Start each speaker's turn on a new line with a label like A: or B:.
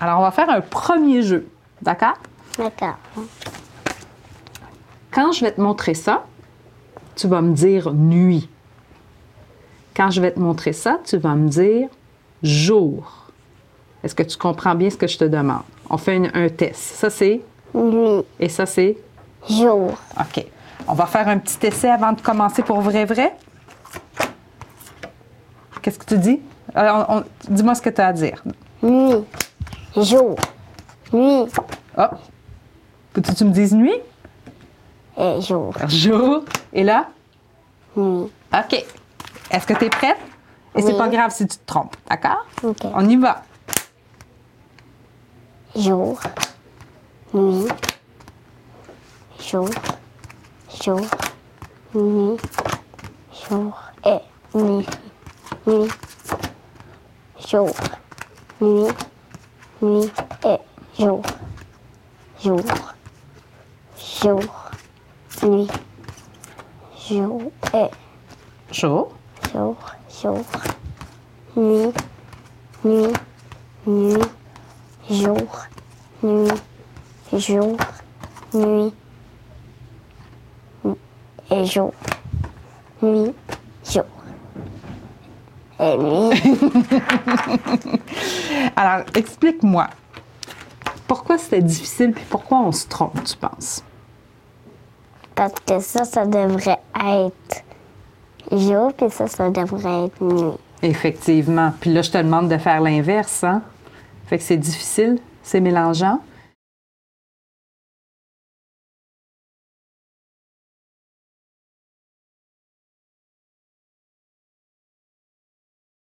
A: Alors, on va faire un premier jeu. D'accord?
B: D'accord.
A: Quand je vais te montrer ça, tu vas me dire nuit. Quand je vais te montrer ça, tu vas me dire jour. Est-ce que tu comprends bien ce que je te demande? On fait une- un test. Ça, c'est.
B: Nuit.
A: Et ça, c'est.
B: Jour.
A: OK. On va faire un petit essai avant de commencer pour vrai, vrai. Qu'est-ce que tu dis? Alors, on- on- Dis-moi ce que tu as à dire.
B: Nuit. Jour. Nuit.
A: Hop. Peux-tu que tu me dises nuit?
B: Et jour.
A: Jour. Et là? hmm,
B: Nuit.
A: OK. Est-ce que tu es prête? Et c'est
B: Oui.
A: pas grave si tu te trompes, d'accord?
B: Ok.
A: On y va.
B: Jour. Nuit. Jour. Jour. Nuit. Jour. Et nuit. Nuit. Jour. Nuit. Nuit. Et jour. Jour. Jour. Nuit. Jour. Et
A: Jour.
B: jour. Jour. Nuit. Nuit. Nuit. Jour. Nuit. Jour. Nuit. Et jour. Nuit. Jour. Et nuit.
A: Alors, explique-moi. Pourquoi c'était difficile puis pourquoi on se trompe, tu penses?
B: Parce que ça, ça devrait être jour, puis ça, ça devrait être nuit.
A: Effectivement. Puis là, je te demande de faire l'inverse, hein? Fait que c'est difficile, c'est mélangeant.